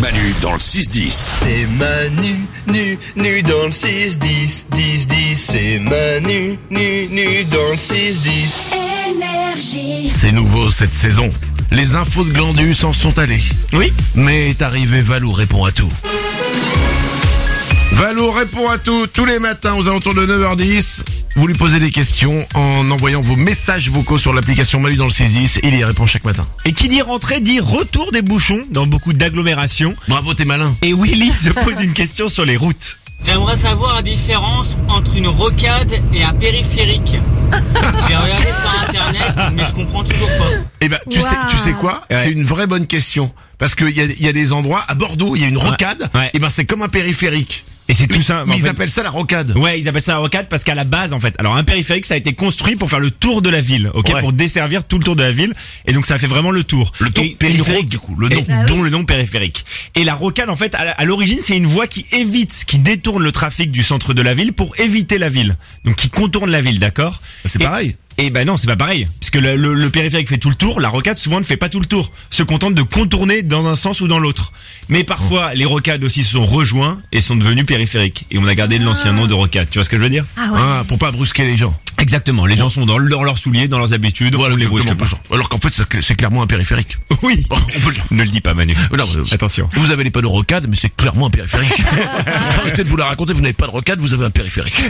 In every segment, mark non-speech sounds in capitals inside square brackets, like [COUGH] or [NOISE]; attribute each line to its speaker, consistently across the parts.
Speaker 1: Manu dans le 6-10.
Speaker 2: C'est Manu, nu, nu dans le 6-10, 10-10. C'est Manu, nu, nu dans le 6-10.
Speaker 3: énergie.
Speaker 4: C'est nouveau cette saison. Les infos de Glandu s'en sont allées.
Speaker 2: Oui
Speaker 4: Mais est arrivé Valou répond à tout. Valou répond à tout tous les matins aux alentours de 9h10. Vous lui posez des questions en envoyant vos messages vocaux sur l'application Malu dans le 610. Il y répond chaque matin.
Speaker 2: Et qui dit rentrée dit retour des bouchons dans beaucoup d'agglomérations.
Speaker 4: Bravo, t'es malin.
Speaker 2: Et Willy se pose une question sur les routes.
Speaker 5: J'aimerais savoir la différence entre une rocade et un périphérique. J'ai regardé sur internet, mais je comprends toujours pas.
Speaker 4: Eh ben, tu sais, tu sais quoi
Speaker 2: Ouais.
Speaker 4: C'est une vraie bonne question parce qu'il y a, il y a des endroits à Bordeaux, il y a une rocade.
Speaker 2: Ouais.
Speaker 4: Et ben, c'est comme un périphérique.
Speaker 2: Et c'est
Speaker 4: Mais-
Speaker 2: tout ça.
Speaker 4: Mais
Speaker 2: en
Speaker 4: ils
Speaker 2: fait-
Speaker 4: appellent ça la rocade.
Speaker 2: Ouais, ils appellent ça la rocade parce qu'à la base, en fait, alors un périphérique, ça a été construit pour faire le tour de la ville, ok,
Speaker 4: Ouais.
Speaker 2: pour desservir tout le tour de la ville, et donc ça fait vraiment le tour.
Speaker 4: Le tour
Speaker 2: Et
Speaker 4: périphérique, du coup, le nom.
Speaker 2: et- dont le nom périphérique. Et la rocade, en fait, à la- à l'origine, c'est une voie qui évite, qui détourne le trafic du centre de la ville pour éviter la ville, donc qui contourne la ville, d'accord
Speaker 4: Bah, C'est
Speaker 2: Et-
Speaker 4: pareil.
Speaker 2: Eh ben non, c'est pas pareil. Parce que le, le- le périphérique fait tout le tour, la rocade souvent ne fait pas tout le tour. Se contente de contourner dans un sens ou dans l'autre. Mais parfois, les rocades aussi se sont rejoints et sont devenus périphériques. Et on a gardé l'ancien nom de rocade. Tu vois ce que je veux dire
Speaker 3: Ah ouais.
Speaker 4: Hein, pour pas brusquer les gens.
Speaker 2: Exactement. Les gens sont dans leur- leurs souliers, dans leurs habitudes. on les brusque
Speaker 4: Comment
Speaker 2: pas.
Speaker 4: on- bah, Alors qu'en fait, c'est- c'est clairement un périphérique.
Speaker 2: [LAUGHS] Oui.
Speaker 4: On peut le dire.
Speaker 2: Ne le dis pas, Manu.
Speaker 4: Non, mais-
Speaker 2: Attention.
Speaker 4: Vous avez les panneaux rocades, mais c'est clairement un
Speaker 2: [LAUGHS]
Speaker 4: périphérique. Arrêtez de vous la raconter, vous n'avez pas de rocade, vous avez un périphérique.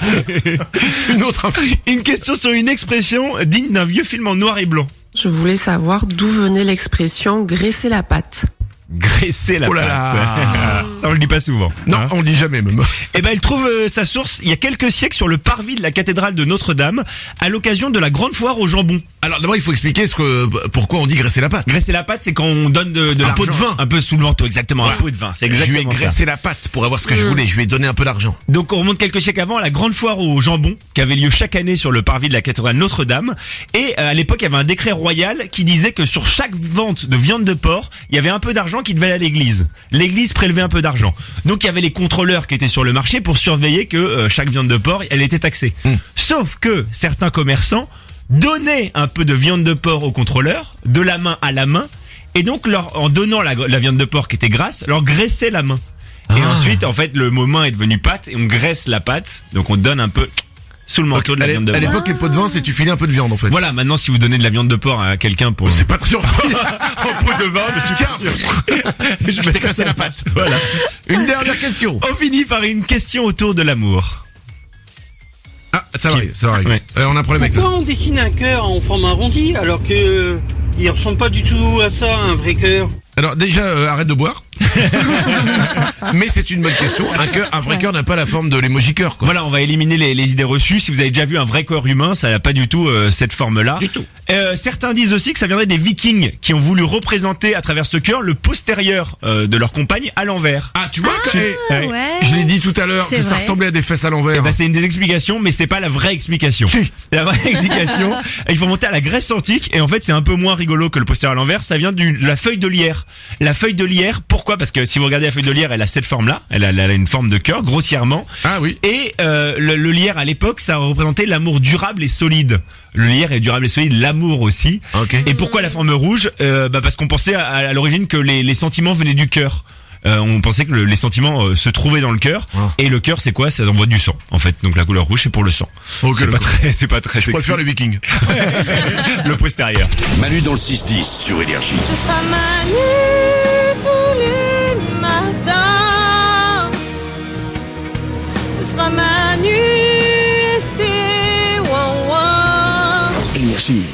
Speaker 4: Une autre info.
Speaker 2: Une question sur une expression digne d'un vieux film en noir et blanc.
Speaker 6: Je voulais savoir d'où venait l'expression graisser la patte.
Speaker 2: Graisser la
Speaker 4: Oh là
Speaker 2: patte.
Speaker 4: là.
Speaker 2: [LAUGHS] Ça, on le dit pas souvent.
Speaker 4: Non,
Speaker 2: Hein
Speaker 4: on le dit jamais même.
Speaker 2: Eh ben, elle trouve euh, sa source il y a quelques siècles sur le parvis de la cathédrale de Notre-Dame à l'occasion de la grande foire au jambon.
Speaker 4: Alors d'abord, il faut expliquer ce que, pourquoi on dit graisser la patte.
Speaker 2: Graisser la pâte, c'est quand on donne de, de
Speaker 4: Un pot
Speaker 2: l'argent,
Speaker 4: de vin.
Speaker 2: un peu sous le manteau, exactement, un pot de vin, c'est
Speaker 4: Je lui ai
Speaker 2: exactement ça. Mm.
Speaker 4: graissé la patte pour avoir ce que je voulais. Je lui ai donné un peu d'argent.
Speaker 2: Donc on remonte quelques siècles avant à la grande foire au jambon qui avait lieu chaque année sur le parvis de la cathédrale Notre-Dame et euh, à l'époque il y avait un décret royal qui disait que sur chaque vente de viande de porc il y avait un peu d'argent qui devait aller à l'église. L'église prélevait un peu d'argent. Donc il y avait les contrôleurs qui étaient sur le marché pour surveiller que euh, chaque viande de porc elle était taxée. Sauf que certains commerçants donnaient un peu de viande de porc aux contrôleurs de la main à la main et donc leur, en donnant la, la viande de porc qui était grasse leur graissaient la main. Et
Speaker 4: Ah.
Speaker 2: ensuite, en fait, le moment est devenu pâte et on graisse la pâte. Donc on donne un peu sous le manteau
Speaker 4: Ok,
Speaker 2: de la
Speaker 4: à l'é-
Speaker 2: viande de
Speaker 4: à
Speaker 2: porc.
Speaker 4: l'époque, les pots de vin, c'est tu filais un peu de viande en fait.
Speaker 2: Voilà, maintenant si vous donnez de la viande de porc à quelqu'un pour...
Speaker 4: Oh, C'est pas très
Speaker 2: [LAUGHS] un pot de vin, je suis
Speaker 4: Tiens,
Speaker 2: Je
Speaker 4: je t'ai graissé la patte.
Speaker 2: Voilà.
Speaker 4: Une dernière question.
Speaker 2: On finit par une question autour de l'amour.
Speaker 4: Ah, ça
Speaker 2: Qui-
Speaker 4: va, ça va.
Speaker 2: Ouais.
Speaker 4: Euh, on a un problème avec là.
Speaker 7: Pourquoi on dessine un cœur en forme arrondie alors que euh, il ressemble pas du tout à ça, un vrai cœur
Speaker 4: Alors déjà, euh, arrête de
Speaker 2: [LAUGHS]
Speaker 4: boire. Mais c'est une bonne question. Un, cœur, un vrai cœur n'a pas la forme de l'emoji cœur. Quoi.
Speaker 2: Voilà, on va éliminer les, les idées reçues. Si vous avez déjà vu un vrai corps humain, ça n'a pas du tout euh, cette forme-là.
Speaker 4: Du tout.
Speaker 2: Euh, certains disent aussi que ça viendrait des vikings qui ont voulu représenter à travers ce cœur le postérieur euh, de leur compagne à l'envers.
Speaker 4: Ah, tu vois que-
Speaker 2: Ouais.
Speaker 3: Ouais.
Speaker 4: Je l'ai dit tout à l'heure que
Speaker 3: C'est
Speaker 4: ça
Speaker 3: vrai.
Speaker 4: ressemblait à des fesses à l'envers.
Speaker 2: Bah, c'est une des explications, mais c'est pas la vraie explication.
Speaker 4: Si. [LAUGHS]
Speaker 2: La vraie explication, il faut monter à la Grèce antique, et en fait c'est un peu moins rigolo que le postérieur à l'envers, ça vient du- de la feuille de lierre. La feuille de lierre, pourquoi Parce que si vous regardez la feuille de lierre, elle a cette forme-là, elle a, elle a une forme de cœur, grossièrement,
Speaker 4: Ah oui.
Speaker 2: et euh, le, le lierre à l'époque, ça représentait l'amour durable et solide. Le lierre est durable et solide, l'amour aussi.
Speaker 4: Ok.
Speaker 2: Et pourquoi la forme rouge Euh, bah Parce qu'on pensait à, à l'origine que les, les sentiments venaient du cœur. Euh, on pensait que le- les sentiments euh, se trouvaient dans le cœur.
Speaker 4: Ah.
Speaker 2: Et le cœur, c'est quoi Ça envoie du sang, en fait. Donc la couleur rouge, c'est pour le sang.
Speaker 4: Ok,
Speaker 2: c'est pas
Speaker 4: d'accord.
Speaker 2: très, c'est pas très.
Speaker 4: Je
Speaker 2: sexy.
Speaker 4: préfère les vikings.
Speaker 2: le postérieur.
Speaker 1: Manu dans le 6-10 sur Énergie.
Speaker 8: Ce sera Manu tous les matins. Ce sera Manu et c'est ouin ouin.
Speaker 1: Énergie.